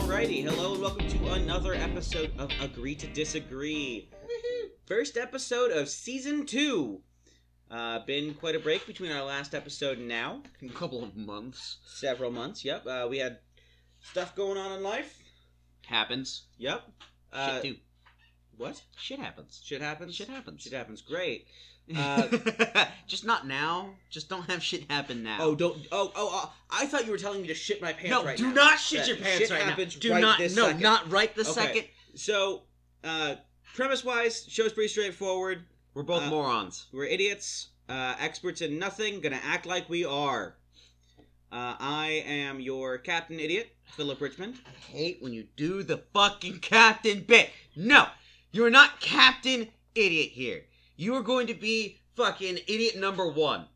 hello and welcome to another episode of Agree to Disagree. First episode of season two. Uh, been quite a break between our last episode and now. A couple of months Several months, yep. Uh, we had stuff going on in life. happens. Yep. Uh, Shit too. What? Shit happens. Shit happens? Shit happens. Shit happens. Great. uh, just not now. Just don't have shit happen now. Oh, don't. Oh, oh, oh, I thought you were telling me to shit my pants no! right do now. not shit Yeah, your pants shit right now. happens Do right not. this no, second. not right the Okay. second. So, uh, premise wise, show's pretty straightforward. We're both Uh, morons. We're idiots, uh, experts in nothing, gonna act like we are. Uh, I am your captain idiot, Philip Richmond. I hate when you do the fucking captain bit. No, you're not captain idiot here. You are going to be fucking idiot number one.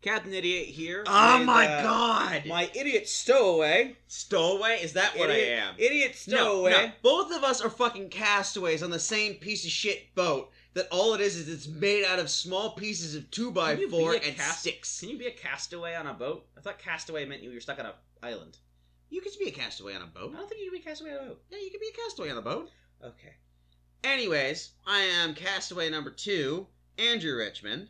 Captain idiot here. Oh with, my uh, god! My idiot stowaway. stowaway? Is that what idiot, I am? Idiot No, stowaway. no, both of us are fucking castaways on the same piece of shit boat. That all it is is it's made out of small pieces of two by Can you be four a and cast- six. Can you be a castaway on a boat? I thought castaway meant you were stuck on an island. You could be a castaway on a I boat. don't think you can be a castaway on a boat. Yeah, you could be a castaway on a boat. Okay. Anyways, I am castaway number two, Andrew Richmond.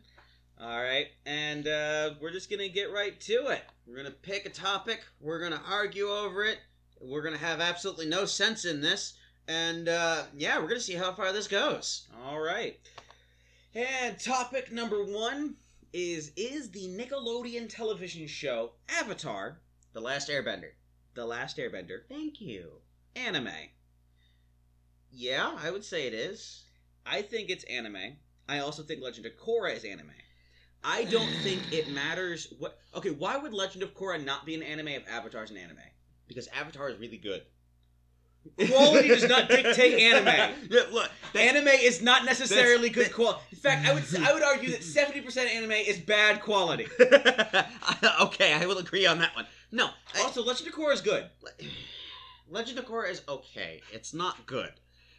All right, and uh, we're just gonna get right to it. We're gonna pick a topic. We're gonna argue over it. We're gonna have absolutely no sense in this, and uh, yeah, we're gonna see how far this goes. All right. And topic number one is Is the Nickelodeon television show Avatar, The Last Airbender. The Last Airbender, Thank you. anime? Yeah, I would say it is. I think it's anime. I also think Legend of Korra is anime. I don't think it matters what. Okay, why would Legend of Korra not be an anime if Avatar's an anime? Because Avatar is really good. Quality does not dictate anime. Yeah, look, that- anime is not necessarily good that's- quality. In fact, I would s- I would argue that seventy percent anime is bad quality. okay, I will agree on that one. No, I- Also, Legend of Korra is good. Legend of Korra is okay. It's not good.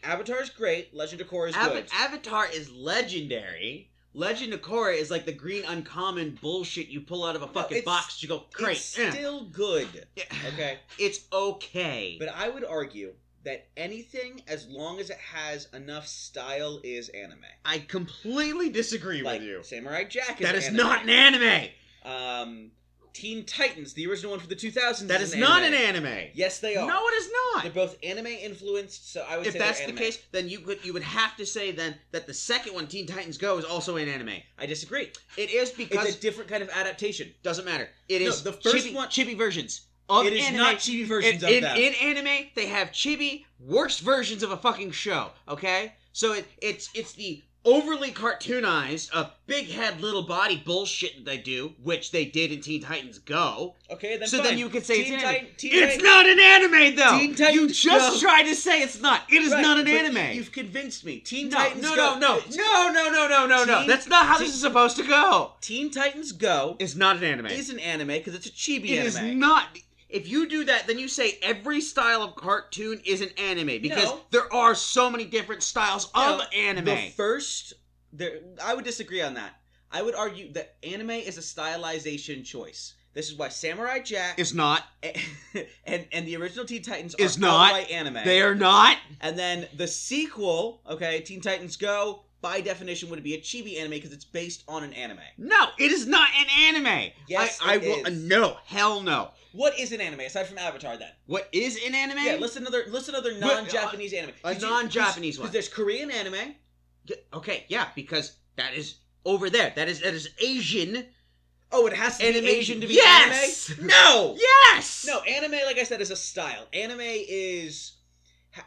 Avatar is great. Legend of Korra is Ava- good. Avatar is legendary. Legend of Korra is like the green uncommon bullshit you pull out of a fucking it's- box. You go, great. It's eh." still good. Yeah. Okay. It's okay. But I would argue that anything, as long as it has enough style, is anime. I completely disagree Like with you. Samurai Jack is That is anime. not an anime. Um, Teen Titans, the original one for the 2000s. That is not an anime. Yes, they are. No, it is not. They're both anime influenced, so I would if say that's they're the anime. case, then you would you would have to say then that the second one, Teen Titans Go, is also an anime. I disagree. It is because It's a different kind of adaptation. doesn't matter. It No, is the first chibi, one- chibi versions of it is anime. not chibi versions in, of in- that. in anime, they have chibi worst versions of a fucking show. Okay, so it, it's it's the overly cartoonized of big head little body bullshit that they do, which they did in Teen Titans Go. okay, then so fine. then you could say Teen it's an anime. Titan- Teen It's Titan- not an anime though. Teen Titans you just Go- tried to say it's not. It is Right, not an but anime. You've convinced me. Teen no, Titans no, Go. no, no, no, no, no, no, no, no. Teen- That's not how this Teen- is supposed to go. Teen Titans Go It's not an anime. is an anime because it's a chibi It is anime. not. If you do that, then you say every style of cartoon is an anime because No. there are so many different styles No. of anime. The first, there, I would disagree on that. I would argue that anime is a stylization choice. This is why Samurai Jack it's not. and and the original Teen Titans Is are not. outright anime. They are not. and then the sequel, okay, Teen Titans Go, by definition would be a chibi anime because it's based on an anime. No, it is not an anime. Yes, I, I it will. is. No, hell no. What is an anime aside from Avatar then? What is an anime? Yeah, list another list another But, uh, non-Japanese anime. a Did you- non-Japanese 'cause- one. 'cause There's Korean anime. Yeah, Okay, yeah, because that is over there. That is that is Asian. Oh, it has to be Animation. Asian to be Yes! anime. No. Yes. No, anime, like I said, is a style. Anime is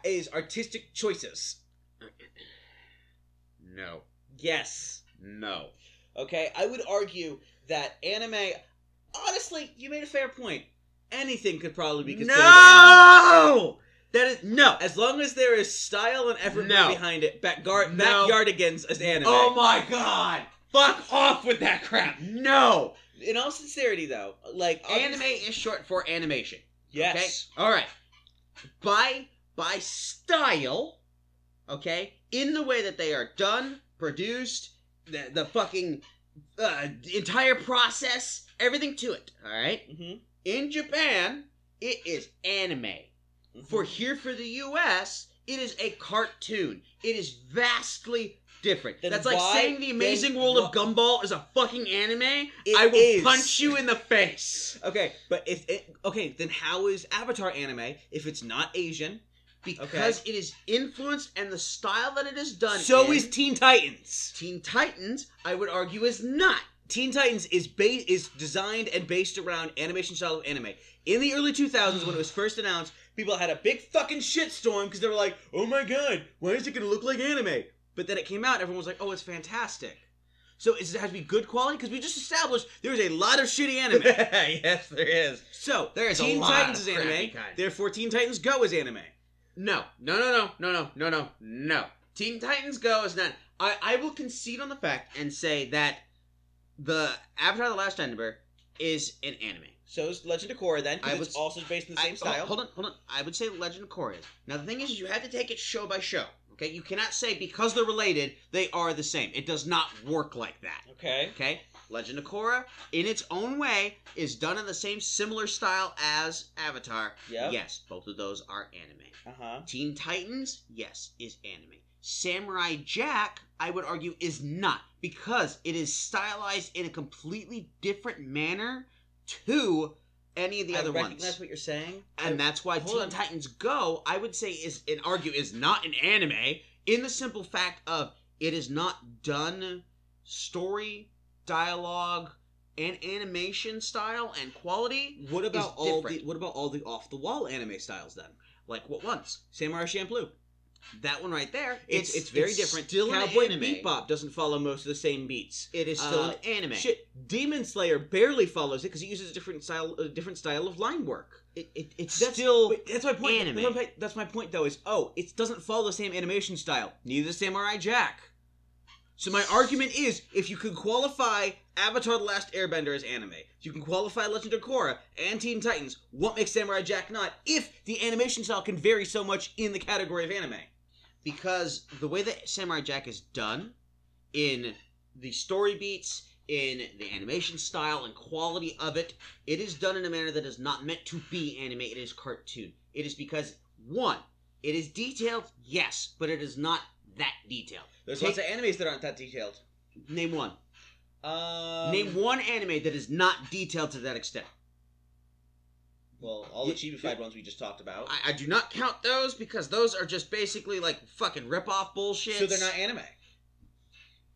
is artistic choices. No. Yes. No. Okay, I would argue that anime. Honestly, you made a fair point. Anything could probably be considered. anime. No. That is no. As long as there is style and effort No. behind it, backyard No. backyardigans is anime. Oh my god! Fuck off with that crap! No! In all sincerity, though, like Anime obvious- is short for animation. Yes. Okay? Alright. By by style, okay, in the way that they are done, produced, the, the fucking uh, entire Mm-hmm. process, everything to it, alright? hmm In Japan, it is anime. For Mm-hmm. here for the U.S., it is a cartoon. It is vastly different. Then That's like why- saying the Amazing then World of Gumball is a fucking anime. It I will is. punch you in the face. Okay, but if it, okay, then how is Avatar anime if it's not Asian? Because it is influenced and the style that it is done. so in, is Teen Titans. Teen Titans. I would argue is not. Teen Titans is ba- is designed and based around animation style of anime. In the early 2000s, when it was first announced, people had a big fucking shitstorm because they were like, "Oh my god, why is it gonna look like anime?" But then it came out, everyone was like, "Oh, it's fantastic." So is it has to be good quality because we just established there is a lot of shitty anime. yes, there is. So There is a Teen lot Titans of is anime. crappy kind. Therefore, Teen Titans Go is anime. No, no, no, no, no, no, no, no, no. Teen Titans Go is not. I, I will concede on the fact and say that the Avatar: The Last Airbender is an anime. So is Legend of Korra then, 'cause I it's was- also based in I- hold- Hold on, hold on. I would say Legend of Korra is. Now the thing is, you have to take it show by show. Okay, you cannot say because they're related they are the same. It does not work like that. Okay. Okay, Legend of Korra, in its own way, is done in the same similar style as Avatar. Yep. Yes, both of those are anime. Uh huh. Teen Titans, yes, is anime. Samurai Jack, I would argue, is not because it is stylized in a completely different manner to any of the other recognize ones. what you're saying. And that's why hold Teen on. Titans Go, I would say, is and argue is not an anime in the simple fact of it is not done story, dialogue, and animation style and quality what about all the different. what about all the off the wall anime styles then? like what once. Samurai Champloo. That one right there, It's it's, very different. Still an Cowboy anime. Bebop doesn't follow most of the same beats. It is still Uh, an anime. Shit, Demon Slayer barely follows it because it uses a different style a different style of line work. It, it, it's That's- still Wait, that's my point. anime. That's my, that's my point though. Is oh, it doesn't follow the same animation style. Neither does Samurai Jack. So my argument is, if you can qualify Avatar: The Last Airbender as anime, if you can qualify Legend of Korra and Teen Titans, what makes Samurai Jack not? If the animation style can vary so much in the category of anime, because the way that Samurai Jack is done in the story beats, in the animation style and quality of it, it is done in a manner that is not meant to be anime. It is cartoon. It is because one, it is detailed, yes, but it is not that detailed. there's Take- lots of animes that aren't that detailed. Name one. Um, Name one anime that is not detailed to that extent. Well, all the cheapified ones we just talked about. I, I do not count those because those are just basically like fucking rip off bullshit. anime.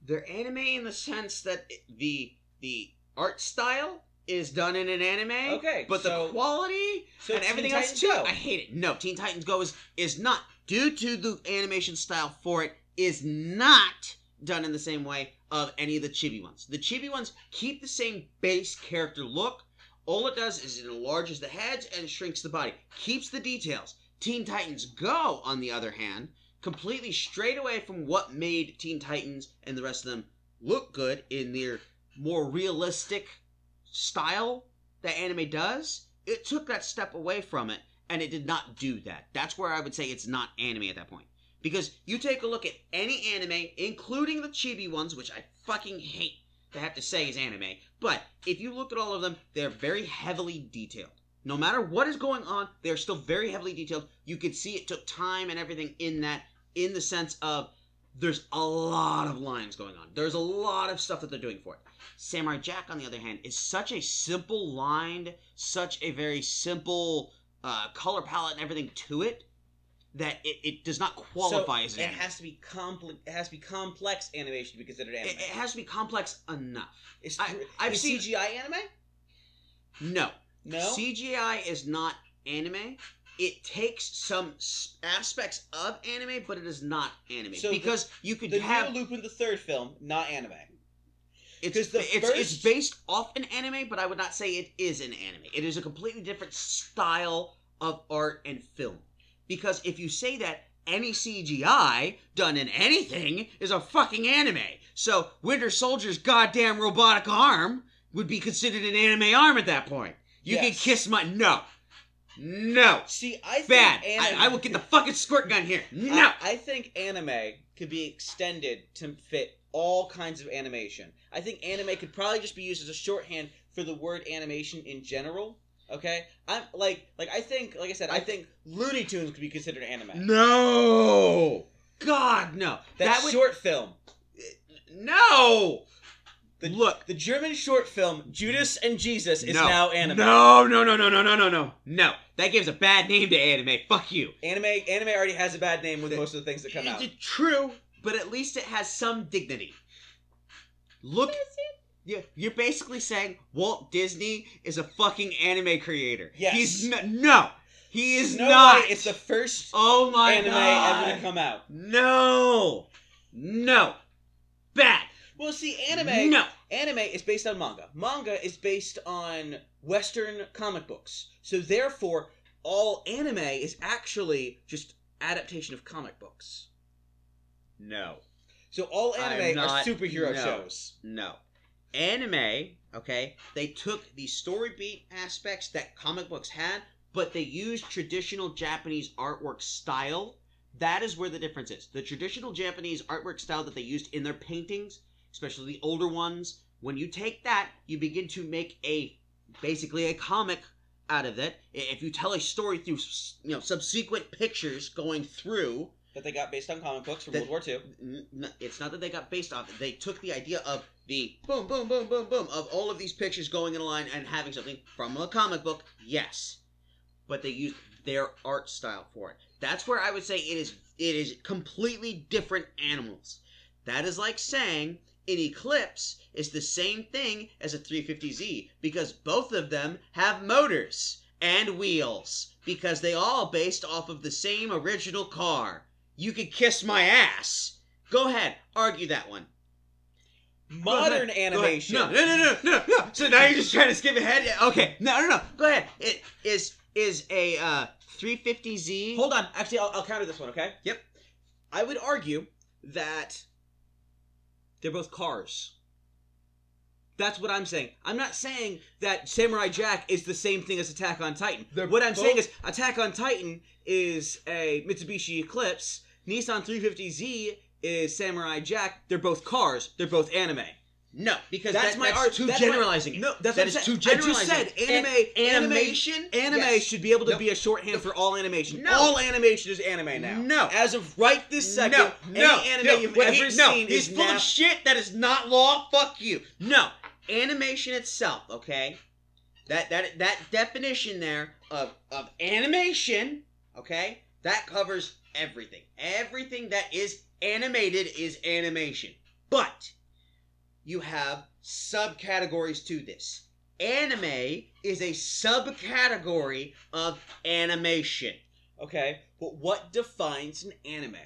they're anime in the sense that it- the the art style is done in an anime. Okay, But so- the quality So and everything else too, I hate it. No, Teen Titans Go is is not due to the animation style for it is not done in the same way of any of the chibi ones. The chibi ones keep the same base character look. All it does is it enlarges the heads and shrinks the body. Keeps the details. Teen Titans Go, on the other hand, completely strayed away from what made Teen Titans and the rest of them look good in their more realistic style that anime does. It took that step away from it, and it did not do that. That's where I would say it's not anime at that point. Because you take a look at any anime, including the chibi ones, which I fucking hate to have to say is anime, but if you look at all of them, they're very heavily detailed. No matter what is going on, they're still very heavily detailed. You could see it took time and everything in that, in the sense of there's a lot of lines going on. There's a lot of stuff that they're doing for it. Samurai Jack, on the other hand, is such a simple lined, such a very simple uh, color palette and everything to it that it, it does not qualify as an it anime. has to be complex. It has to be complex animation to be considered It- anime. it has to be complex enough. Is, I- I've is seen- CGI anime. No. No. CGI is not anime. It takes some s- aspects of anime, but it is not anime So the- because you could the have new Lupin the Third film, not anime. it's, 'cause the it's it's first- based off an anime, but I would not say it is an anime. It is a completely different style of art and film. Because if you say that any CGI done in anything is a fucking anime, so Winter Soldier's goddamn robotic arm would be considered an anime arm at that point. You can Yes. kiss my no, no. See, I think Bad. Anime, I, I will get the fucking squirt gun here. I- No. I think anime could be extended to fit all kinds of animation. I think anime could probably just be used as a shorthand for the word animation in general. Okay, I'm like like I think like I said I think Looney Tunes could be considered anime. No. God no. That, That, would short film, no. The- Look. the German short film Judas and Jesus is No. now anime. No, no, no, no, no, no, no, no. No. That gives a bad name to anime. Fuck you. Anime anime already has a bad name with The- most of the things that come out. It's True, but at least it has some dignity. Look, you- you're basically saying Walt Disney is a fucking anime creator. Yes. He's no, no he is No not. way, it's the first oh my anime god! ever to come out. no, no, bad. Well, see, anime No, anime is based on manga. Manga is based on Western comic books. So therefore, all anime is actually just adaptation of comic books. no, So all I'm anime are not- superhero no. shows. no. Anime, okay, they took the story beat aspects that comic books had, but they used traditional Japanese artwork style That is where the difference is. The traditional Japanese artwork style that they used in their paintings, especially the older ones, when you take that, you begin to make a basically a comic out of it. I- If you tell a story through s- you know subsequent pictures going through, That they got based on comic books from That- World War II. n- n- it's not that they got based off. it. They took the idea of the boom, boom, boom, boom, boom of all of these pictures going in a line and having something from a comic book. Yes, but they used their art style for it. That's where I would say it is. It is completely different animals. That is like saying an eclipse is the same thing as a 350Z because both of them have motors and wheels because they all based off of the same original car. You could kiss my ass. Go ahead, argue that one. Modern Go ahead. animation. No, no, no, no, no, no. So now you're just trying to skip ahead. Yeah, Okay, no, no, no. Go ahead. It is is a uh, 350Z. Hold on. Actually, I'll, I'll counter this one, okay? Yep. I would argue that they're both cars. That's what I'm saying. I'm not saying that Samurai Jack is the same thing as Attack on Titan. They're what I'm both- saying is Attack on Titan is a Mitsubishi Eclipse. Nissan 350Z is Samurai Jack. They're both cars. They're both anime. No, because That's that- my that's art- Too that's my- generalizing. it. No, that's That what is I'm saying. too I just generalizing. said anime, An- anime, animation. anime Yes. should be able to Nope. be a shorthand for all animation. No. All animation is anime now. No. As of right this second, no, any no, anime no, you've wait, ever he- no, seen he's is full now- of shit. That is not law. Fuck you. No, animation itself. Okay, that that that definition there of of animation. Okay, that covers everything. Everything that is animated is animation. But you have subcategories to this. Anime is a subcategory of animation. Okay, but what defines an anime?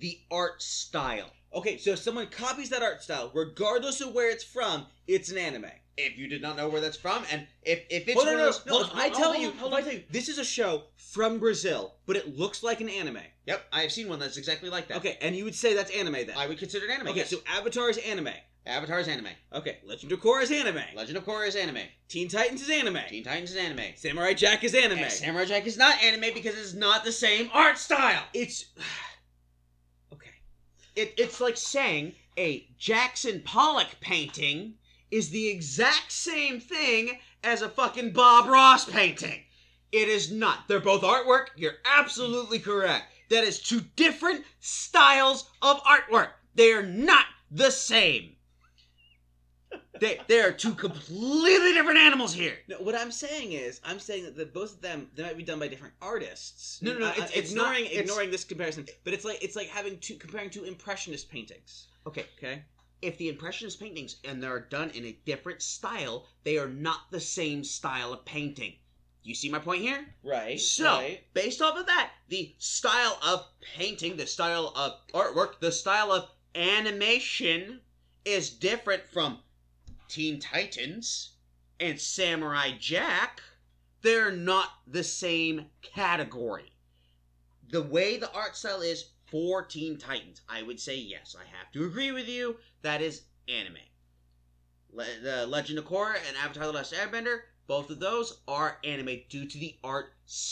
The art style. Okay, so if someone copies that art style, regardless of where it's from, it's an anime. if you did not know where that's from, and if if it's Hold on, one of no, those, no, Hold if on, I hold tell on, you, hold if I on. tell you, this is a show from Brazil, but it looks like an anime. Yep, I have seen one that's exactly like that. Okay, and you would say that's anime then. I would consider it anime. okay, yes. so Avatar is anime. Avatar is anime. Okay, Legend of Korra is anime. Legend of Korra is anime. Teen Titans is anime. Teen Titans is anime. Samurai Jack is anime. And Samurai Jack is not anime because it's not the same art style. it's okay. It, it's like saying a Jackson Pollock painting is the exact same thing as a fucking Bob Ross painting. It is not. They're both artwork. You're absolutely correct. That is two different styles of artwork. They are not the same. They, they are two completely different animals here. No, what I'm saying is, I'm saying that the, both of them they might be done by different artists. No, no, no, I- I- it's- it's not- ignoring it's- ignoring this comparison, but it's like it's like having two comparing two impressionist paintings. Okay, Okay, if the impressionist paintings and they're done in a different style, they are not the same style of painting. You see my point here? right. So, based off of that, the style of painting, the style of artwork, the style of animation is different from Teen Titans and Samurai Jack. They're not the same category. The way the art style is for Teen Titans, I would say yes. I have to agree with you. That is anime. Le- the Legend of Korra and Avatar: The Last Airbender, both of those are anime due to the art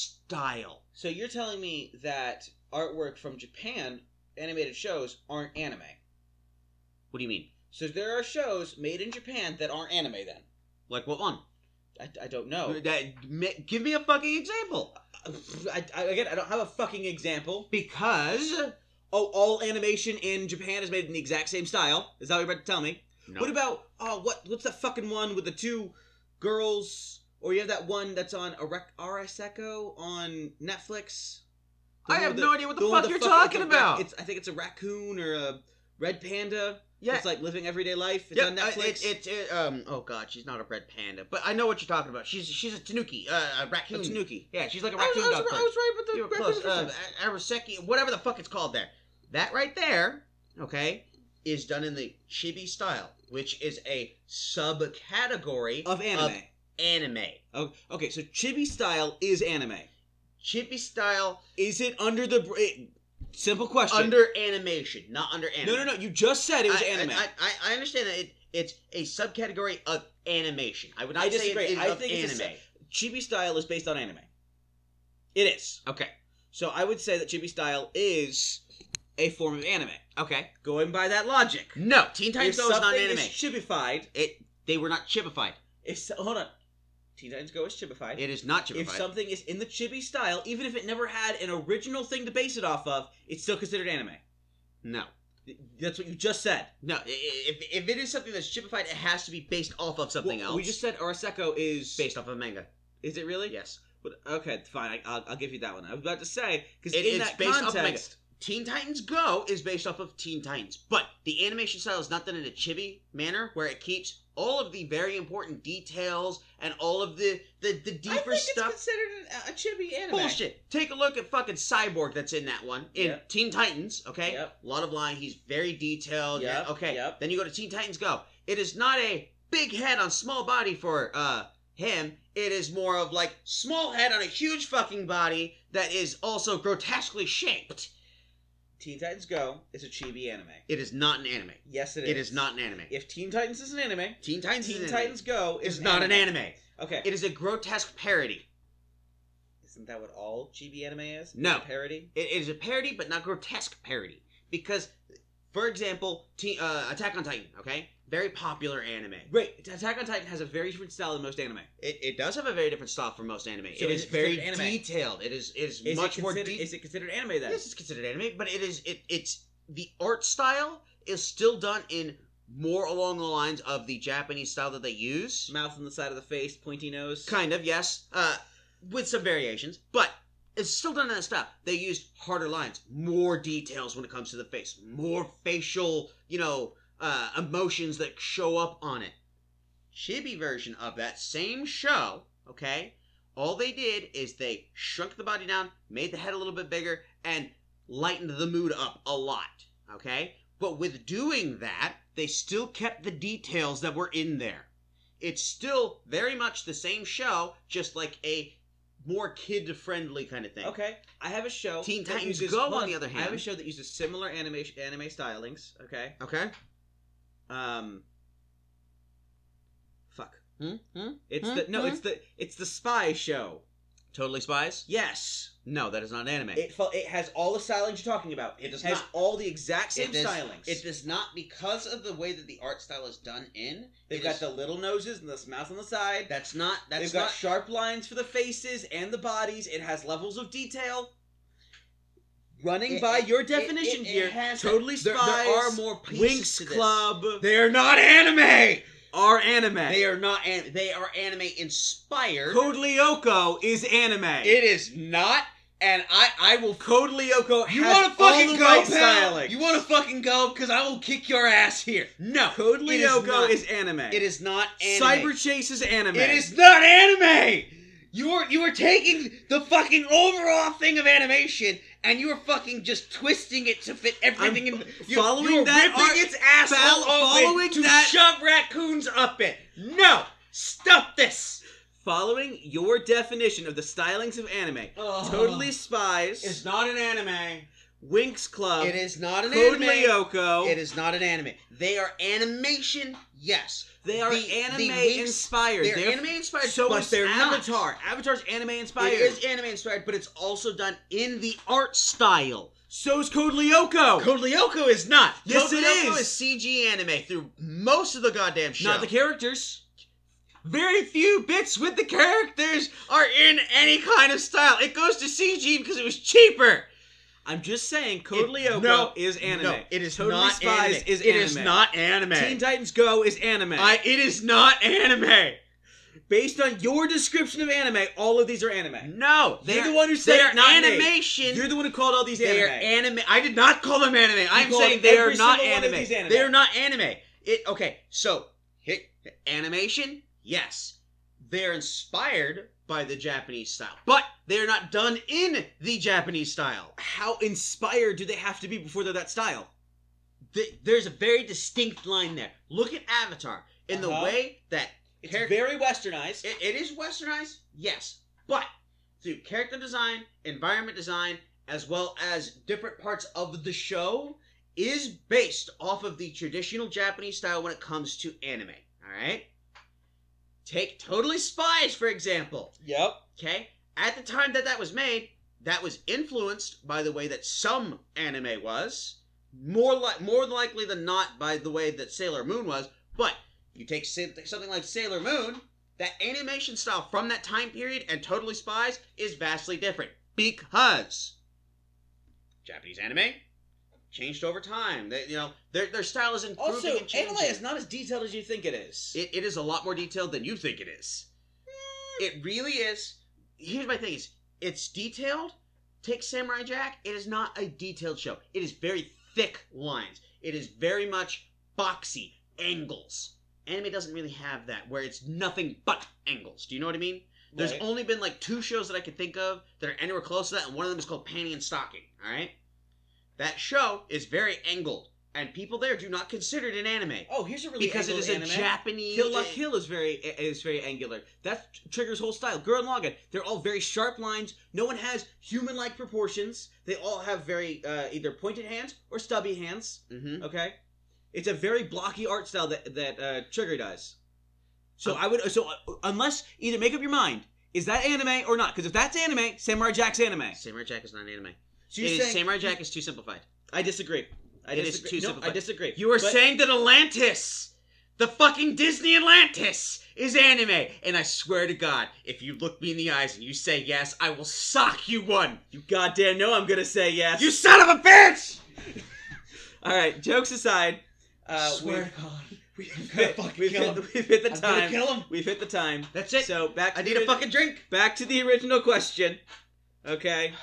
style. so you're telling me that artwork from Japan, animated shows aren't anime. What do you mean? So there are shows made in Japan that aren't anime. Then Like what one? I, I don't know. That, ma- give me a fucking example. I, I, again, I don't have a fucking example. Because Oh, all animation in Japan is made in the exact same style. Is that what you're about to tell me? No. What about oh what what's that fucking one with the two girls? Or you have that one that's on Arek- Ariseko on Netflix? The I one have with no idea what the, one fuck with you're the fuck- it's a talking rac- about. It's I think it's a raccoon or a red panda. yeah, It's like living everyday life. It's yeah, on uh, Netflix. It's it's it, um. Oh god, she's not a red panda, but I know what you're talking about. She's she's a tanuki, uh, A a raccoon. tanuki. Yeah, she's like a I was, raccoon I was- dog. I person. was right, but the you were raccoon close. Uh, person. A- Araseki, whatever the fuck it's called there. That right there, okay, is done in the chibi style, which is a subcategory of anime. anime. Oh, okay, so chibi style is anime. Chibi style Is it under the br- it, simple question? under animation, not under no, anime. no, no. You just said it was I, anime. I, I, I understand that it, it's a subcategory of animation. I would not I say it disagree. is I of think it's a anime. chibi style is based on anime. It is. okay, So I would say that chibi style is a form of anime. okay. Going by that logic, No, Teen Titans if Go is not something anime. is chibified, it they were not chibified. if so- hold on, Teen Titans Go is chibified. It is not chibified. if something is in the chibi style, even if it never had an original thing to base it off of, it's still considered anime. no. That's what you just said. No, i- i- if, if it is something that's chipified, it has to be based off of something Well, else. We just said Araseko is. based off of manga. Is it really? Yes, But, okay, fine. I, I'll, I'll give you that one. I was about to say because It- in it's that based off of context, Teen Titans Go is based off of Teen Titans, but the animation style is not done in a chibi manner where it keeps all of the very important details and all of the the, the I think deeper it's stuff. considered an, a chibi anime. Bullshit. Take a look at fucking Cyborg that's in that one in Yep. Teen Titans. Okay, Yep. a lot of line. He's very detailed. Yep, Yeah. Okay. yep. Then you go to Teen Titans Go. It is not a big head on small body for uh him. It is more of like small head on a huge fucking body that is also grotesquely shaped. Teen Titans Go is a chibi anime. It is not an anime. Yes, it is. It is not an anime. If Teen Titans is an anime, Teen Titans is Teen an Titans Go anime. is is not an anime. Okay, It is a grotesque parody. isn't that what all chibi anime is? No. A parody. It is a parody, but not grotesque parody. Because, for example, te- uh, Attack on Titan, okay? Very popular anime. Wait, Attack on Titan has a very different style than most anime. It, it does have a very different style from most anime. So it is is it very considered anime? detailed. It is it is, Is much it more considered- detailed. Is it considered anime then? Yes, it's considered anime, but it is it it's the art style is still done in more along the lines of the Japanese style that they use. Mouth on the side of the face, pointy nose. Kind of, yes. Uh, with some variations, but it's still done in that style. They used harder lines, more details when it comes to the face, more facial, you know, uh, emotions that show up on it. Chibi version of that same show, okay? All they did is they shrunk the body down, made the head a little bit bigger, and lightened the mood up a lot, okay? But with doing that, they still kept the details that were in there it's still very much the same show, just like a more kid friendly kind of thing. Okay, I have a show. Teen that Titans uses- Go, hold on the other I have a hand. show that uses similar animation anime stylings. Okay. Okay. Um. Fuck. Hmm? Hmm? It's Hmm? the no. Hmm? It's the it's the spy show. Totally Spies? Yes. No, that is not an anime. It fo- it has all the stylings you're talking about. It does has not. all the exact same It does- stylings. it does not because of the way that the art style is done in. They've it got is- the little noses and this mouth on the side. That's not. That's They've not. got sharp lines for the faces and the bodies. It has levels of detail. Running It- by it- your it- it- definition it here, has that- totally there, spies, there are more pieces Winx to this. Club They're not anime. are anime. They are not. An- they are anime inspired. Code Lyoko is anime. it is not. And I, I will Code Lyoko You has want to fucking all the go, right pal? styling. You want to fucking go? Because I will kick your ass here. No, Code it is Lyoko not- is, anime. It is not anime. Cyber Chase is anime. It is not anime. You are you are taking the fucking overall thing of animation and you are fucking just twisting it to fit everything. I'm in you, following you are that ripping art- its asshole fol- open following to that- shove raccoons up it. No, stop this. Following your definition of the stylings of anime, Totally Spies, is not an anime. Winx Club, It is not an Um, Code anime. Lyoko. It is not an anime. They are animation, yes. they are the- the anime Winx- inspired. They're, anime inspired, so but is they're Avatar. Avatar's anime not. inspired. It is anime inspired, but it's also done in the art style. So's Code Lyoko. Code Lyoko is not. Yes, Code it Lyoko is. is CG anime through most of the goddamn show. Not the characters. Very few bits with the characters are in any kind of style. It goes to CG because it was cheaper. I'm just saying, Code It- Lyoko no, is anime. No, it is Totally not Spies anime. is It is anime. not anime. Teen Titans Go is anime. I, it is not anime. Based on your description of anime, all of these are anime. No, they You're are the one who they said are it, not me. animation. You're the one who called all these They are anime. anime. I did not call them anime. I'm called saying they are every not single one of anime. these anime. They are not anime. It okay. So hit animation. Yes, they're inspired by the Japanese style, but they're not done in the Japanese style. How inspired do they have to be before they're that style? Th- There's a very distinct line there. Look at Avatar in the Uh-huh. way that It's character. very westernized. It, it is westernized, yes, but through character design, environment design, as well as different parts of the show, is based off of the traditional Japanese style when it comes to anime. All right. Take Totally Spies for example. yep. Okay, at the time that that was made, that was influenced by the way that some anime was more like more likely than not by the way that Sailor Moon was. But you take sa- something like Sailor Moon, that animation style from that time period and Totally Spies is vastly different because Japanese anime changed over time. They, you know, their their style is improving Also, and changing. anime is not as detailed as you think it is. It, it is a lot more detailed than you think it is. It really is. Here's my thing: is it's detailed. Take Samurai Jack. It is not a detailed show. It is very thick lines. It is very much boxy angles. Anime doesn't really have that, where it's nothing but angles. Do you know what I mean? There's Right. only been like two shows that I can think of that are anywhere close to that, and one of them is called Panty and Stocking. All right, that show is very angled, and people there do not consider it an anime oh, here's a really because it angled is a anime. Japanese. Kill La Kill is very is very angular. That's Trigger's whole style. Gurren Lagann. They're all very sharp lines. No one has human like proportions. They all have very uh, either pointed hands or stubby hands. hmm Okay, it's a very blocky art style that that uh, Trigger does. So I would so uh, unless either make up your mind is that anime or not because if that's anime, Samurai Jack's anime. Samurai Jack is not an anime. So you're It is- saying Samurai Jack is too simplified. I disagree. I It is disagree. too no, I simplified. disagree. You were But- saying that Atlantis, the fucking Disney Atlantis, is anime, and I swear to God, if you look me in the eyes and you say yes, I will sock you one. you goddamn know I'm gonna say yes. You son of a bitch! All right, jokes aside. Uh, we've- to God, We've gonna hit, fucking we've kill hit him. the, we've hit the I'm time. gonna kill him. We've hit the time. That's it. So back. To I the need a ori- fucking drink. Back to the original question. Okay.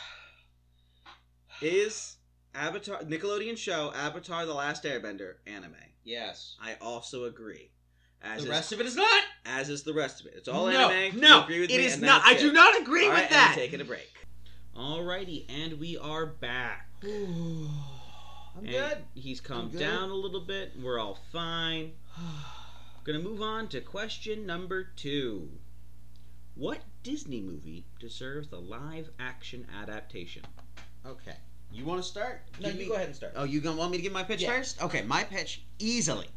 Is Avatar Nickelodeon show Avatar: The Last Airbender anime? Yes. I also agree. As The is, rest of it is not. as is the rest of it. It's all no, anime. You No, agree with it me, is and not. that's I do it. not agree All with right, and that. we're taking a break. Alrighty, and we are back. I'm And He's calmed good. down a little bit. We're all fine. Gonna move on to question number two. What Disney movie deserves the live action adaptation? Okay. You want to start? Give me- and start. Oh, you gonna want me to give my pitch Yeah. first? Okay, my pitch easily,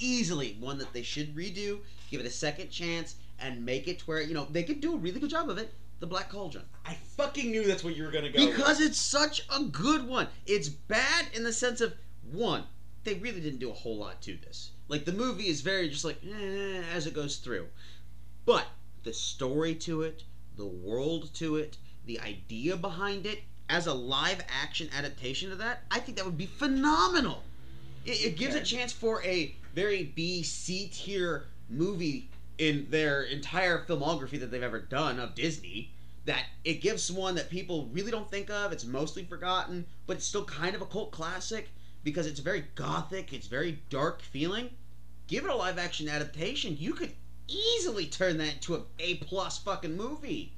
easily one that they should redo, give it a second chance, and make it to where you know they could do a really good job of it. The Black Cauldron, I fucking knew that's what you were gonna because it's such a good one. It's bad in the sense of one, they really didn't do a whole lot to this. Like the movie is very just like eh, as it goes through, but the story to it, the world to it, the idea behind it, as a live action adaptation of that, I think that would be phenomenal. It, it gives a Okay. chance for a very B C tier movie in their entire filmography that they've ever done of Disney. That it gives one that people really don't think of. It's mostly forgotten, but it's still kind of a cult classic because it's very gothic. It's very dark feeling. Give it a live action adaptation. You could easily turn that into a A plus fucking movie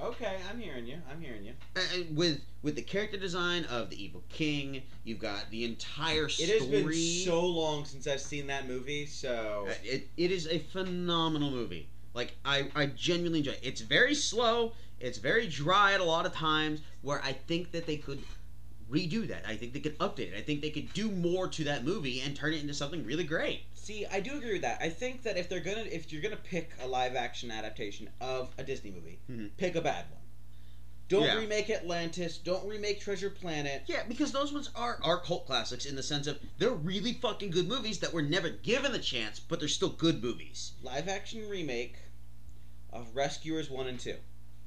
Okay, I'm hearing you. I'm hearing you. uh, with with the character design of the evil king, you've got the entire It story. has been so long since I've seen that movie, so Uh, it, it is a phenomenal movie. Like I, I genuinely enjoy it. It's very slow. It's very dry at a lot of times. Where I think that they could redo that. I think they could update it. I think they could do more to that movie and turn it into something really great. see, I do agree with that. I think that if they're gonna, if you're gonna pick a live action adaptation of a Disney movie, Mhm. pick a bad one. Don't Yeah. remake Atlantis. Don't remake Treasure Planet. Yeah, because those ones are are cult classics in the sense of they're really fucking good movies that were never given the chance, but they're still good movies. Live action remake of Rescuers 1 and 2.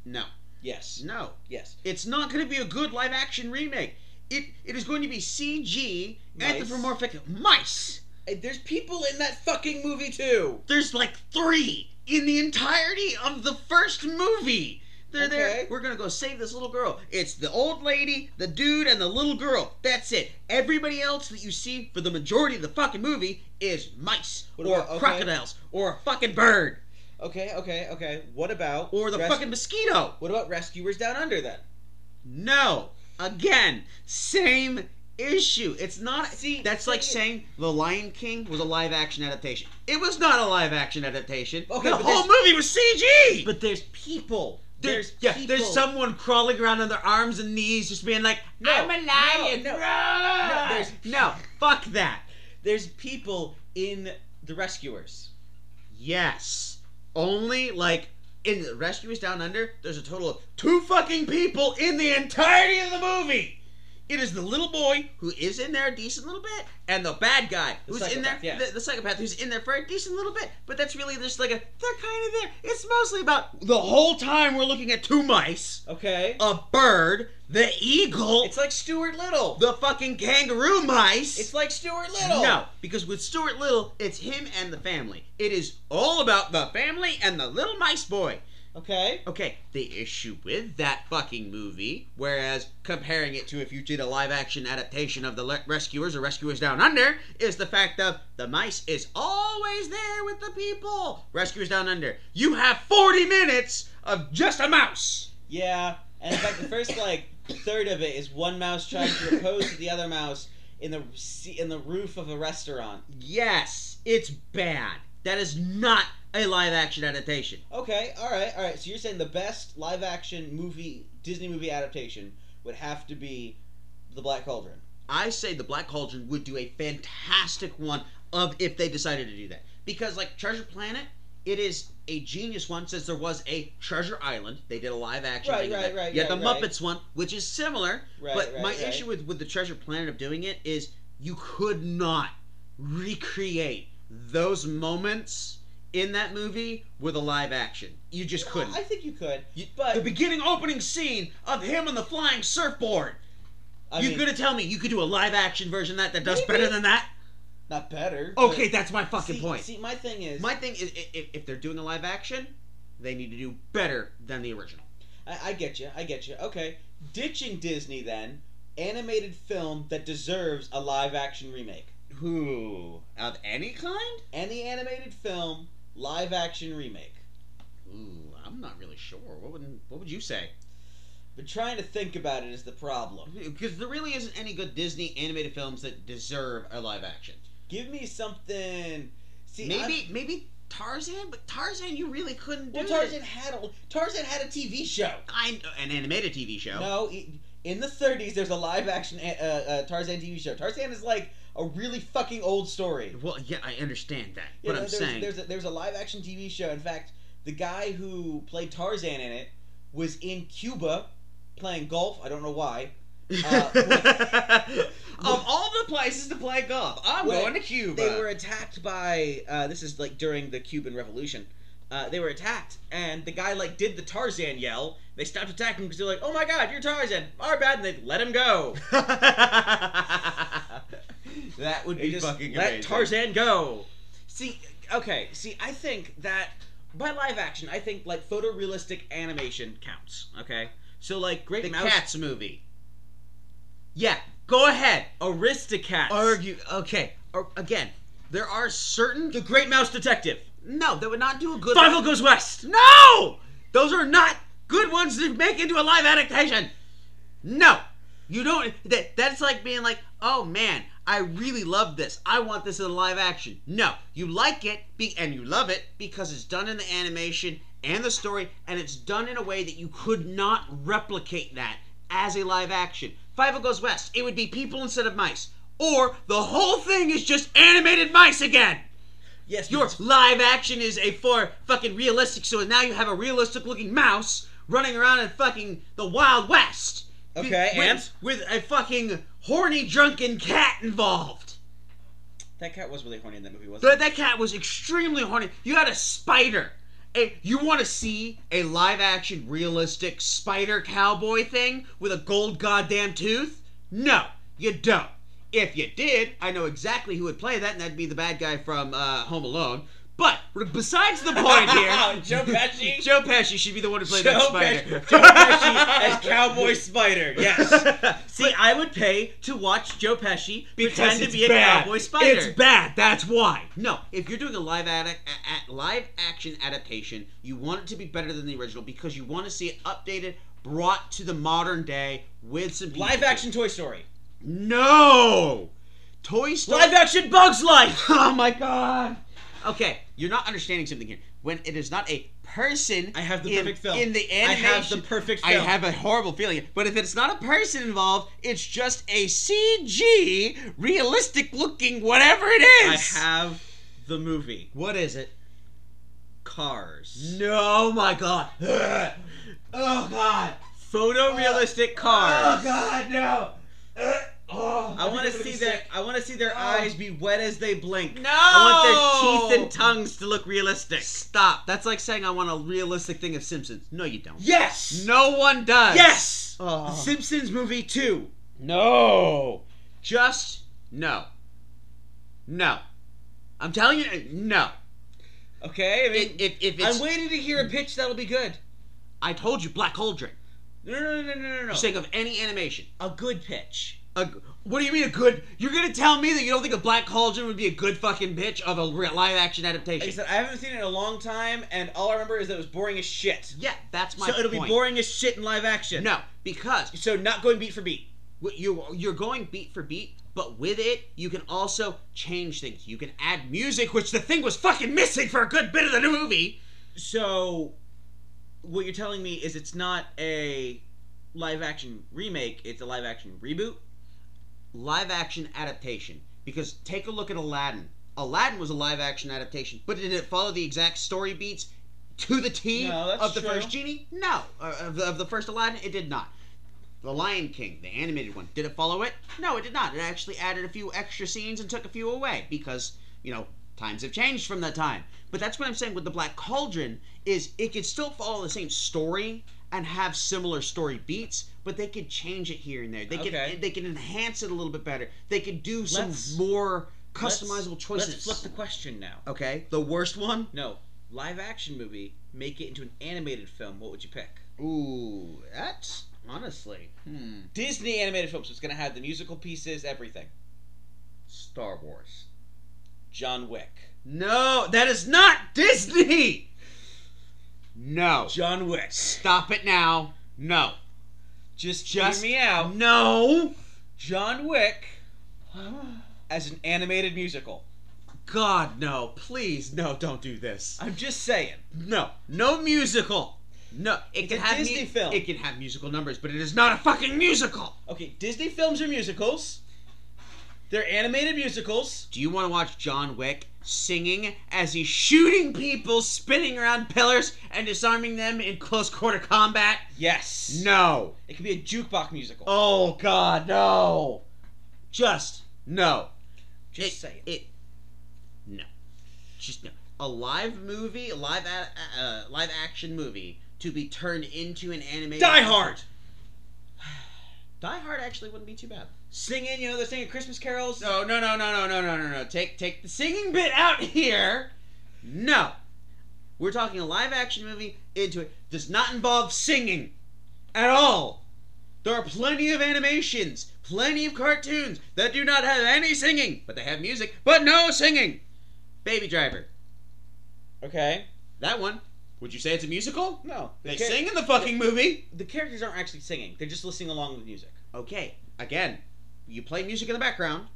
No, Yes. no, Yes. it's not going to be a good live action remake. It it is going to be CG Mice. anthropomorphic mice. Hey, There's people in that fucking movie too. There's like three in the entirety of the first movie. They're there. Okay. We're gonna go save this little girl. It's the old lady, the dude, and the little girl. That's it. Everybody else that you see for the majority of the fucking movie is mice What or about- okay. crocodiles or a fucking bird Okay, okay, okay. What about or the res- fucking mosquito. What about Rescuers Down Under then? No. Again, same issue. It's not. See, that's like see- saying The Lion King was a live action adaptation. It was not a live action adaptation. Okay, the but whole there's- movie was CG. But there's people. There's yeah, people. there's someone crawling around on their arms and knees, just being like, No, "I'm a no, lion, no, run!" no, there's- no, fuck that. there's people in the Rescuers. Yes, only like in the Rescuers Down Under, there's a total of two fucking people in the entirety of the movie. It is the little boy who is in there a decent little bit, and the bad guy The who's in there, psychopath, yeah. the, the psychopath who's in there for a decent little bit. But that's really just like a, they're kind of there. It's mostly about the whole time we're looking at two mice. Okay. a bird, the eagle, it's like Stuart Little. the fucking kangaroo mice. It's like Stuart Little. No, because with Stuart Little, it's him and the family. It is all about the family and the little mice boy. Okay. Okay, the issue with that fucking movie, whereas comparing it to if you did a live action adaptation of The Le- Rescuers or Rescuers Down Under, is the fact of the mice is always there with the people. Rescuers Down Under, you have 40 minutes of just a mouse. Yeah. And in fact, the first like third of it is one mouse trying to oppose to the other mouse in the se- in the roof of a restaurant. Yes, it's bad. That is not a live action adaptation. Okay. All right. All right. So you're saying the best live action movie Disney movie adaptation would have to be The Black Cauldron. I say the Black Cauldron would do a fantastic one of if they decided to do that. Because like Treasure Planet, it is a genius one since there was a Treasure Island. They did a live action. Right, thing of right, that. right, You had right, the right. Muppets one, which is similar. Right. but right, my right. issue with, with the Treasure Planet of doing it is you could not recreate those moments in that movie with a live action. You just couldn't. I think you could. You- but the beginning opening scene of him on the flying surfboard. I You're mean, gonna tell me you could do a live action version of that that does Maybe. better than that? not better. but- Okay, that's my fucking see, point. See, my thing is, my thing is, i- if, if they're doing a live action, they need to do better than the original. I, I get you. I get you. Okay, ditching Disney then animated film that deserves a live action remake. Who of any kind? Any animated film live action remake. Ooh, I'm not really sure. What would what would you say? But trying to think about it is the problem. Because there really isn't any good Disney animated films that deserve a live action. Give me something. See, I'm- maybe maybe Tarzan, but Tarzan you really couldn't do well, it. Tarzan had a Tarzan had a TV show. I, an animated TV show. No, i- in the 30s, there's a live action uh, uh, Tarzan TV show. Tarzan is like a really fucking old story. Well, yeah, I understand that. You but know, I'm there's, saying there's a, there's a live action TV show. In fact, the guy who played Tarzan in it was in Cuba playing golf. I don't know why. Uh, of all the places to play golf, I'm Well, going to Cuba. They were attacked by uh, this is like during the Cuban Revolution. Uh, they were attacked, and the guy like did the Tarzan yell. They stopped attacking him because they're like, "Oh my God, you're Tarzan! Our bad!" And they let him go. that would They be just fucking let amazing. Tarzan go. See, okay, see, I think that by live action, I think like photorealistic animation counts. Okay, so like Great the Mouse, Cats movie. Yeah, go ahead. Aristocats, Argue. Okay. Ar- again, there are certain. The Great Mouse Detective, no, that would not do a good. Five O Goes West. No! Those are not good ones to make into a live adaptation. No. You don't that that's like being like, "Oh man, I really love this. I want this in a live action." No. You like it be, and you love it because it's done in the animation and the story and it's done in a way that you could not replicate that as a live action. Five Goes West, it would be people instead of mice. Or the whole thing is just animated mice again. Yes, Your live action is a for fucking realistic, so now you have a realistic looking mouse running around in fucking the Wild West. Be- Okay, with, and? with a fucking horny drunken cat involved. That cat was really horny in that movie, wasn't But that cat was extremely horny. You had a spider. A, you want to see a live action, realistic spider cowboy thing with a gold goddamn tooth? No, you don't. If you did, I know exactly who would play that, and that'd be the bad guy from uh, Home Alone. But re- besides the point here, Joe Pesci? Joe Pesci should be the one to play that Joe spider. Pesci- Joe Pesci as Cowboy Spider. Yes. See, I would pay to watch Joe Pesci Because pretend to it's be a bad. cowboy spider. It's bad. That's why. No, if you're doing a live ad- a- a- live action adaptation, you want it to be better than the original because you want to see it updated, brought to the modern day with some people. Live action Toy Story. No, Toy Story. Live action Bugs Life. oh my god. Okay, you're not understanding something here. When it is not a person, I have the in, perfect film. in the I animation. have the perfect I film. have a horrible feeling. But if it's not a person involved, it's just a CG, realistic looking whatever it I is. have the movie what is it? Cars. No, my God. Ugh. Oh God. Photorealistic Cars. Oh God, no. Ugh. Oh, I want to think I'm see gonna be their sick. I want to see their Oh. eyes be wet as they blink. No. I want their teeth and tongues to look realistic. Stop. That's like saying I want a realistic thing of Simpsons. No, you don't. Yes. No one does. Yes. Oh. Simpsons movie 2. No. Just no. No. I'm telling you, uh, no. Okay, I mean If, if, if I'm it's, waiting to hear a pitch that'll be good. I told you, Black Cauldron. No, no, no, no, no, no, You no. think of any animation. a good pitch. A, what do you mean a good? You're gonna tell me that you don't think a Black Cauldron would be a good fucking bitch of a re- live action Like I adaptation? said, I haven't seen it in a long time, and all I remember is that it was boring as shit. Yeah, that's my so it'll point. be boring as shit in live action. No, because So not going beat for beat. What you you're going beat for beat, but with it you can also change things. You can add music, which the thing was fucking missing for a good bit of the movie. So what you're telling me is it's not a live action remake, it's a live action reboot. Live action adaptation, because take a look at Aladdin. Aladdin was a live action adaptation, but did it follow the exact story beats to the T No, that's of the true. first genie? No, Uh, of the, of the first Aladdin, it did not. The Lion King, the animated one, did it follow it? No, it did not. It actually added a few extra scenes and took a few away because, you know, times have changed from that time. But that's what I'm saying with the Black Cauldron is it could still follow the same story and have similar story beats, but they could change it here and there. They Okay. could they could enhance it a little bit better. They could do some Let's- more Let's- customizable Let's choices. flip the question now. okay, the worst one. No, live action movie, make it into an animated film. What would you pick? Ooh, that's honestly hmm, Disney animated film, so it's gonna have the musical pieces, everything. Star Wars. John Wick. No, that is not Disney. No. John Wick. Stop it now. No. Just, Just- hear me out. No. John Wick as an animated musical. God, no. Please, no, don't do this. I'm just saying. No. No musical. No. It a Disney film. It can have musical numbers, but it is not a fucking musical. Okay, Disney films are musicals. They're animated musicals. Do you want to watch John Wick singing as he's shooting people, spinning around pillars, and disarming them in close quarter combat? Yes. No. It could be a jukebox musical. Oh God, no! Just no. just it, saying. it. No, just no. A live movie, a live a, uh, live action movie to be turned into an animated. Die Hard. Die Hard actually wouldn't be too bad. Singing, you know, they're singing Christmas carols. No, no, no, no, no, no, no, no, no. Take take the singing bit out here. No, we're talking a live action movie into it does not involve singing at all. There are plenty of animations, plenty of cartoons that do not have any singing, but they have music, but no singing. Baby Driver, Okay. that one. Would you say it's a musical? No. The They char- sing in the fucking movie. The characters aren't actually singing. They're just listening along with music. Okay, again, you play music in the background,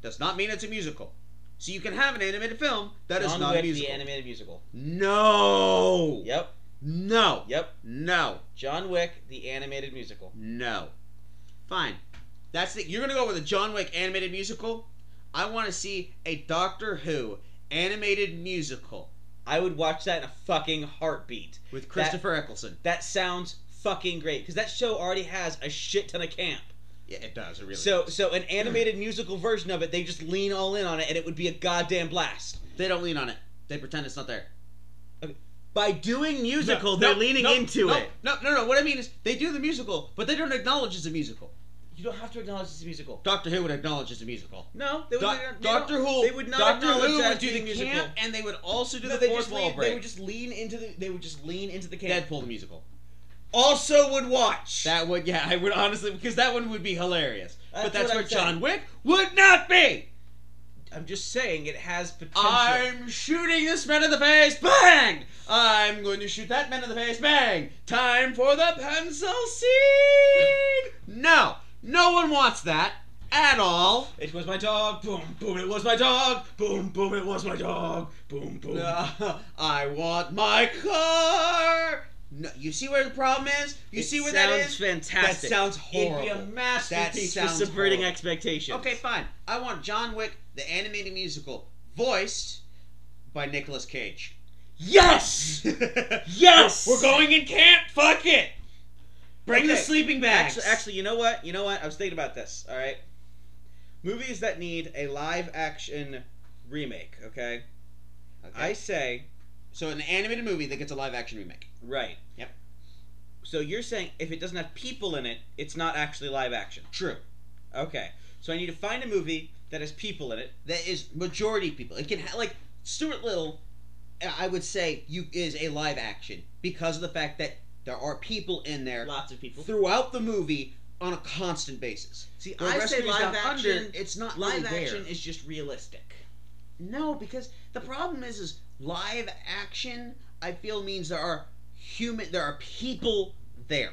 does not mean it's a musical. So you can have an animated film that is John not Wick, a musical. the animated musical. No. Yep. No. Yep. No. John Wick, the animated musical. No. Fine. That's the, you're gonna go with a John Wick animated musical. I want to see a Doctor Who animated musical I would watch that in a fucking heartbeat. with Christopher Eccleston. That sounds fucking great because that show already has a shit ton of camp. Yeah, it does. It really. So, does. so an animated musical version of it, they just lean all in on it, and it would be a goddamn blast. they don't lean on it. They pretend it's not there. By doing musical, they're leaning into it. No, no, no. What I mean is they do the musical, but they don't acknowledge it's a musical. You don't have to acknowledge it's a musical. Doctor Who would acknowledge it's a musical. No, they would, Doc- they don't- they Doctor don't- Who. They would not Doctor acknowledge Who that would as do the being musical. camp, and they would also do no, the they fourth just wall lean, they would break. just lean into the. They would just lean into the camp. Deadpool the musical. Also, would watch. That would, yeah, I would honestly because that one would be hilarious. That's but that's what what, I'm John saying. Wick would not be. I'm just saying it has potential. I'm shooting this man in the face, bang! I'm going to shoot that man in the face, bang! Time for the pencil scene! No, no one wants that at all. It was my dog. Boom, boom. It was my dog. Boom, boom. It was my dog. Boom, boom. Uh, I want my car. No, you see where the problem is? You It see where that sounds is? fantastic. That sounds It'd be a horrible. masterpiece for sounds subverting horrible. expectations. Okay, fine. I want John Wick, the animated musical, voiced by Nicolas Cage. Yes. Yes! We're going in camp. Fuck it. Bring the Okay. sleeping bags. Actually, actually, you know what? You know what? I was thinking about this. All right, movies that need a live action remake. Okay, Okay. I say So an animated movie that gets a live action remake. right. Yep. So you're saying if it doesn't have people in it, it's not actually live action. True. Okay. So I need to find a movie that has people in it. That is majority people. It can ha- like Stuart Little. I would say you is a live action because of the fact that there are people in there Lots of people. throughout the movie on a constant basis. See, The I rest say of these live down action. under, it's not live really there. action is just realistic. No, because the problem is, is live action. I feel means there are human, there are people there.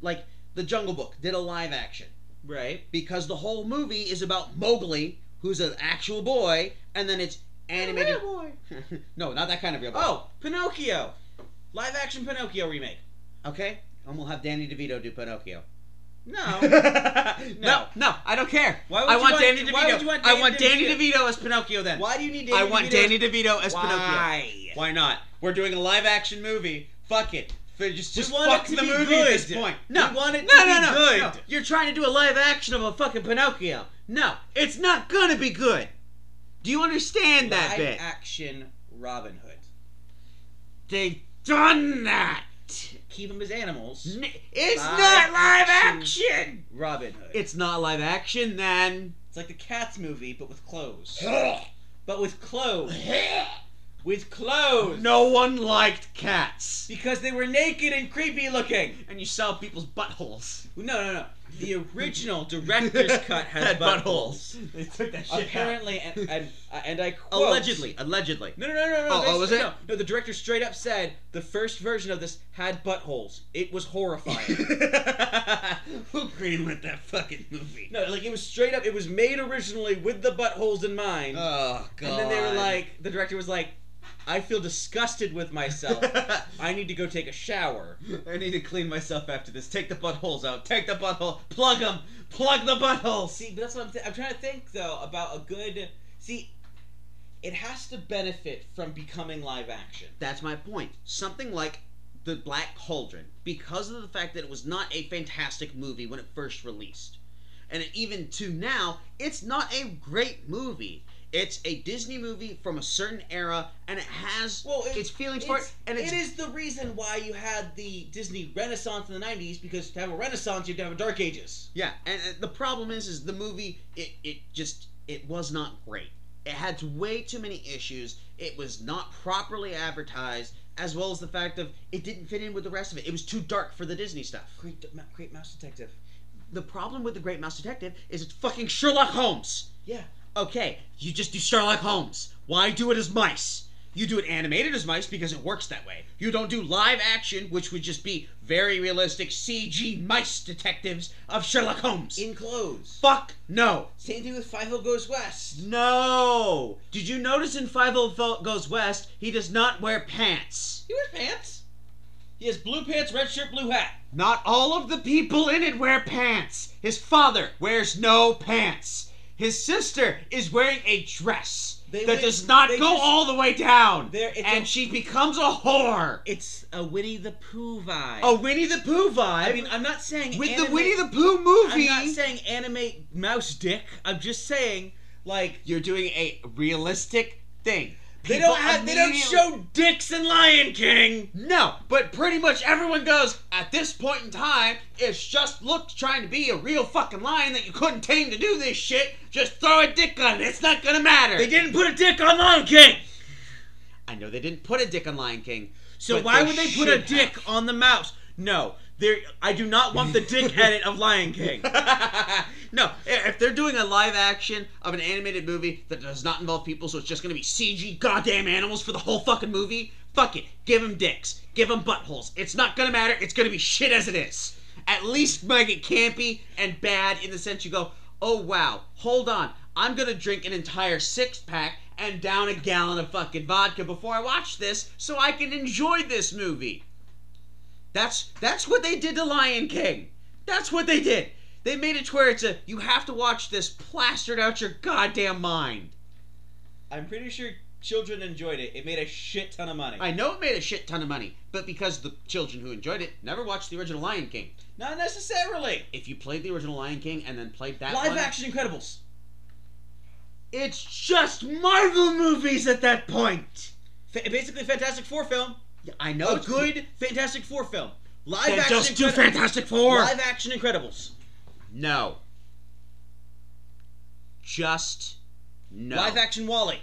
Like the Jungle Book did a live action Right. because the whole movie is about Mowgli, who's an actual boy, and then it's animated. no, not that kind of real boy. Oh, Pinocchio. Live action Pinocchio remake. Oh, okay. And we'll have Danny DeVito do Pinocchio. Oh. No. no, no, I don't care. Why would I you want, want- Danny why would DeVito. you want I Danny want Danny DeVito? DeVito as Pinocchio. Then Why do you need Danny I want DeVito Danny DeVito as Pinocchio. Why? Why not? We're doing a live action movie. Fuck it. F- Just, We just want fuck it to the be movie good. at this point. We No, want it no, to no, be no, good. no. You're trying to do a live action of a fucking Pinocchio. No, it's not gonna be good. Do you understand that Live bit? action Robin Hood. They've done that. Keep him as animals. N- It's Live not live action. action. Robin Hood. It's not live action then. It's like the Cats movie, but with clothes. But with clothes. With clothes. no one liked cats. Because they were naked and creepy looking. And you saw people's buttholes. No, no, no. The original director's cut has Had buttholes. They took that shit out. Apparently, and, and, uh, and I quote. Allegedly, allegedly. No, no, no, no, no. Oh, oh, was basically, it? No, no, the director straight up said the first version of this had buttholes. It was horrifying. Who greenlit that fucking movie? no, like it was straight up. It was made originally with the buttholes in mind, Oh god. and then they were like, the director was like, "I feel disgusted with myself. I need to go take a shower." I need to clean myself after this. Take the buttholes out. Take the butthole. Plug them. Plug the buttholes. See, but that's what I'm. Th- I'm trying to think though about a good. See, it has to benefit from becoming live action. That's my point. Something like the Black Cauldron, because of the fact that it was not a fantastic movie when it first released, and even to now, it's not a great movie. It's a Disney movie from a certain era, and it has Well, it- its feelings for it, It's- and it's it is the reason why you had the Disney Renaissance in the '90s because to have a Renaissance, you have to have a Dark Ages. Yeah, and uh, the problem is, is the movie it it just it was not great. It had way too many issues. It was not properly advertised, as well as the fact of it didn't fit in with the rest of it. It was too dark for the Disney stuff. Great, Ma- great mouse detective. The problem with the Great Mouse Detective is it's fucking Sherlock Holmes. Yeah. Okay, you just do Sherlock Holmes. Why do it as mice? You do it animated as mice because it works that way. You don't do live action, which would just be very realistic CG mice detectives of Sherlock Holmes. In clothes. Fuck no. Same thing with Five O Goes West. No! Did you notice in Five O Goes West, he does not wear pants? He wears pants. He has blue pants, red shirt, blue hat. Not all of the people in it wear pants. His father wears no pants. His sister is wearing a dress. They that went- does not they go just- all the way down, There, it's and a, she becomes a whore. it's a Winnie the Pooh vibe. A Winnie the Pooh vibe. I mean, I'm not saying with the anime- Winnie the Pooh movie. I'm not saying animate mouse dick. I'm just saying like You're doing a realistic thing. they People don't have they don't immediately- show dicks in Lion King. No, but pretty much everyone goes at this point in time. It's just look trying to be a real fucking lion that you couldn't tame to do this shit. Just throw a dick on it. It's not gonna matter. They didn't put a dick on Lion King. I know they didn't put a dick on Lion King. So But why they would they put a should dick on the mouse? No, there. I do not want the dick edit of Lion King. no, if they're doing a live action of an animated movie that does not involve people, so it's just gonna be CG goddamn animals for the whole fucking movie, fuck it. Give them dicks. Give them buttholes. It's not gonna matter. It's gonna be shit as it is. At least make it campy and bad in the sense you go, oh wow, hold on. I'm gonna drink an entire six pack and down a gallon of fucking vodka before I watch this so I can enjoy this movie. That's that's what they did to Lion King. That's what they did. They made it to where it's a you have to watch this plastered out your goddamn mind. I'm pretty sure children enjoyed it. It made a shit ton of money. I know it made a shit ton of money, but because the children who enjoyed it never watched the original Lion King. Not necessarily. If you played the original Lion King and then played that Live one, action Incredibles. it's just Marvel movies at that point. Fa- basically, Fantastic Four film. Yeah, I know A it's good Fantastic Four film. Live Then action. just do Incredi- Fantastic Four. Live action Incredibles. No. Just no. Live action Wally.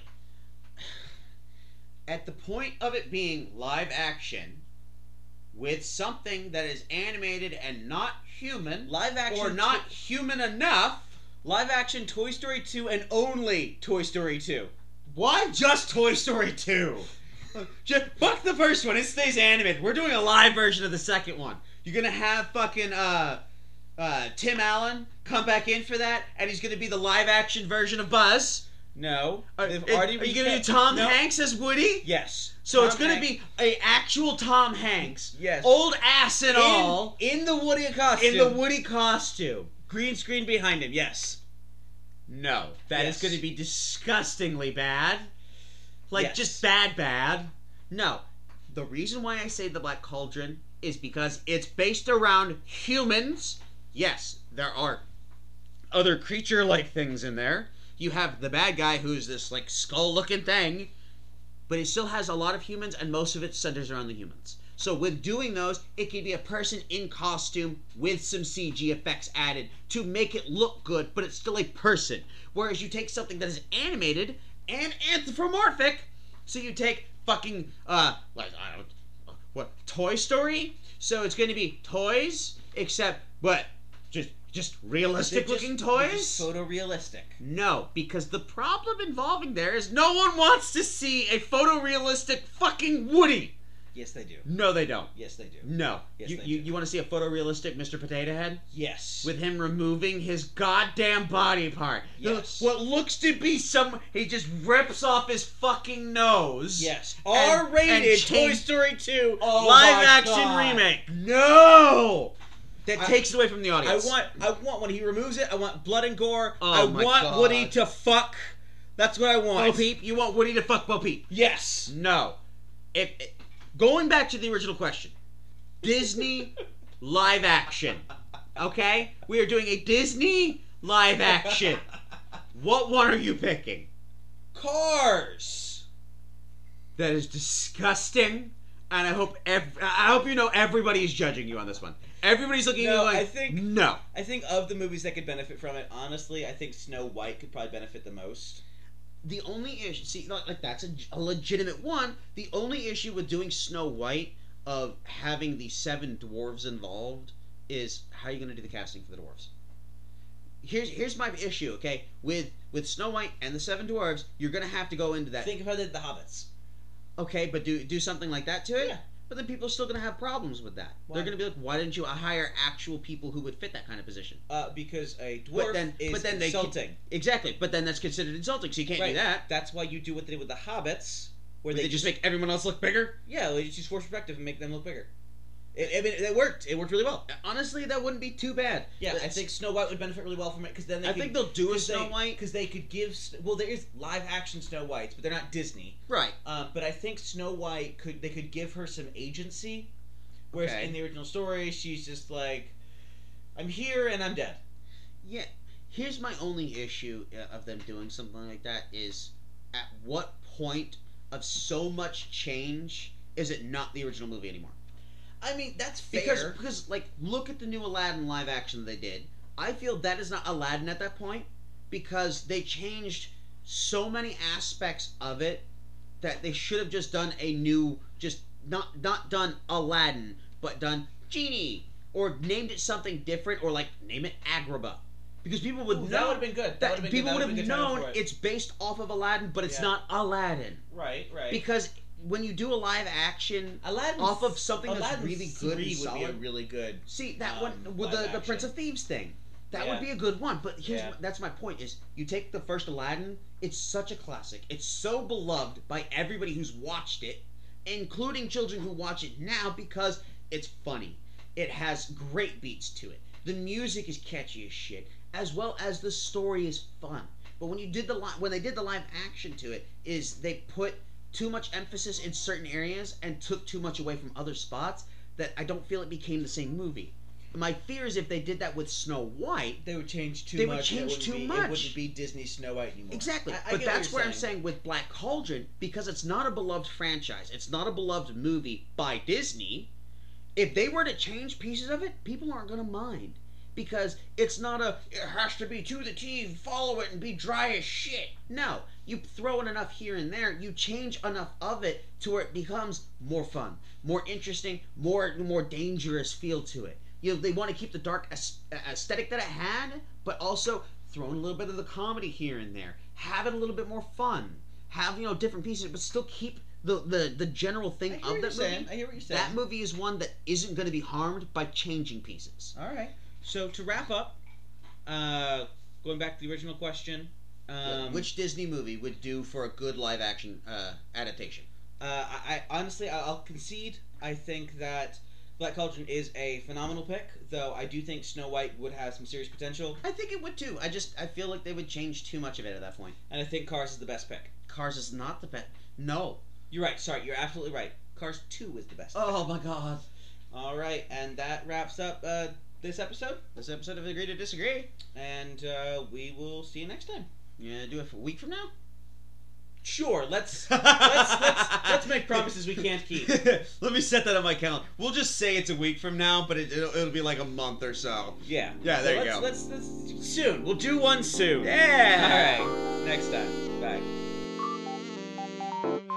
at the point of it being live action with something that is animated and not human Live action. or not human enough Live action Toy Story 2 and only Toy Story 2. why just toy story 2 just fuck the first one it stays animated we're doing a live version of the second one you're gonna have fucking uh uh, Tim Allen come back in for that, and he's gonna be the live action version of Buzz. No. Are, They've are already you gonna do recast- Tom No. Hanks as Woody? Yes. So it's Tom gonna Hanks. be a actual Tom Hanks, Yes. old ass and in, all, in the Woody costume. in the Woody costume. green screen behind him. Yes. No, that is Yes. going to be disgustingly bad. Like Yes. just bad, bad. No, the reason why I say the Black Cauldron is because it's based around humans. Yes, there are other creature-like things in there. You have the bad guy who's this like skull-looking thing, but it still has a lot of humans, and most of it centers around the humans. So with doing those, it could be a person in costume with some CG effects added to make it look good, but it's still a person. Whereas you take something that is animated and anthropomorphic, so you take fucking uh like I don't what Toy Story, so it's going to be toys except what just just realistic They're just- looking they're toys. just Photorealistic. No, because the problem involving there is no one wants to see a photorealistic fucking Woody. Yes, they do. No, they don't. Yes, they do. No. Yes, you they you, do. you want to see a photorealistic Mr. Potato Head? Yes. With him removing his goddamn body part. The- Yes. What looks to be some. He just rips off his fucking nose. yes. and- R-rated and Toy change- Story 2 Oh my live action God. remake. No! That I- takes it away from the I audience. want I want when he removes it, I want blood and gore. Oh I my want God. Woody to fuck. That's what I Bo want. Peep? You want Woody to fuck Bo Peep? Yes. No. If, going back to the original question, Disney live action. Okay, we are doing a Disney live action. What one are you picking? Cars. That is disgusting, and I hope ev- I hope you know everybody is judging you on this one. Everybody's looking at No, you like, I think- no. I think of the movies that could benefit from it, honestly, I think Snow White could probably benefit the most. the only issue see like, like that's a, a legitimate one the only issue with doing snow white of having the seven dwarves involved is how are you going to do the casting for the dwarves here's here's my issue okay with with snow white and the seven dwarves you're going to have to go into that Think about it, the Hobbits. okay but do do something like that to it Yeah. but then people are still going to have problems with that Why? they're going to be like why didn't you hire actual people who would fit that kind of position Uh, because a dwarf then- is but then they insulting. exactly but then that's considered insulting so you can't do Right. that That's why you do what they did with the Hobbits, where where they just make everyone else look bigger yeah, they just use force perspective and make them look bigger. It, I mean, it worked. It worked really well. Honestly, that wouldn't be too bad. Yeah, I Let's- think Snow White would benefit really well from it because then they I could, think they'll do a because Snow they- White. because they could give s- well there is live action Snow Whites, but they're not Disney. Right. Um, but I think Snow White could they could give her some agency, whereas Okay. in the original story she's just like, I'm here and I'm dead. Yeah. Here's my only issue uh, of them doing something like that is at what point of so much change is it not the original movie anymore? I mean that's fair. Because because like look at the new Aladdin live action they did. I feel that is not Aladdin at that point because they changed so many aspects of it that they should have just done a new just not not done Aladdin but done genie or named it something different or like name it Agrabah because people would Ooh, know that would have been good. That, that would've been people good. That would've would have been a good title known for it. it's based off of Aladdin but it's Yeah. not Aladdin right, right. because when you do a live action Aladdin off of something that's Aladdin really good three and would be a solid. really good. See that um, one with live the, the Prince action. of Thieves thing. That Yeah. would be a good one. But here's Yeah. that's my point is you take the first Aladdin, it's such a classic. It's so beloved by everybody who's watched it, including children who watch it now because it's funny. It has great beats to it. The music is catchy as shit, as well as the story is fun. But when you did the li- when they did the live action to it is they put too much emphasis in certain areas and took too much away from other spots that I don't feel it became the same movie. My fear is if they did that with Snow White, They would change too They would much. change it wouldn't too be, It much. wouldn't be Disney Snow White anymore. Exactly. I- I but get what that's you're where I'm saying with Black Cauldron, because it's not a beloved franchise, it's not a beloved movie by Disney. If they were to change pieces of it, people aren't going to mind. Because it's not a, it has to be to the T, follow it and be dry as shit. No. You throw in enough here and there, you change enough of it to where it becomes more fun, more interesting, more more dangerous feel to it. You know, they want to keep the dark as- aesthetic that it had, but also throw in a little bit of the comedy here and there, have it a little bit more fun, have you know different pieces, but still keep the the, the general I thing hear what of that you're movie. saying. I hear what you're saying. That movie is one that isn't going to be harmed by changing pieces. All right. So to wrap up, uh, going back to the original question, um, Which Disney movie would do for a good live action uh, adaptation? uh, I, I honestly I- I'll concede. I think that Black Cauldron is a phenomenal pick, though I do think Snow White would have some serious potential, I think it would too. I just I feel like they would change too much of it at that point. and I think Cars is the best pick. Cars is not the best. No. You're right. Sorry, you're absolutely right. Cars Two is the best. Oh my god. All right, and that wraps up uh, this episode, This episode of Agree to Disagree. and uh, we will see you next time. You gonna do it for a week from now? Sure. Let's let's let's, let's make promises we can't keep. Let me set that on my calendar. We'll just say it's a week from now, but it, it'll, it'll be like a month or so. Yeah. Yeah, there you let's, Let's, go. let's soon. We'll do one soon. Yeah. All right. Next time. Bye.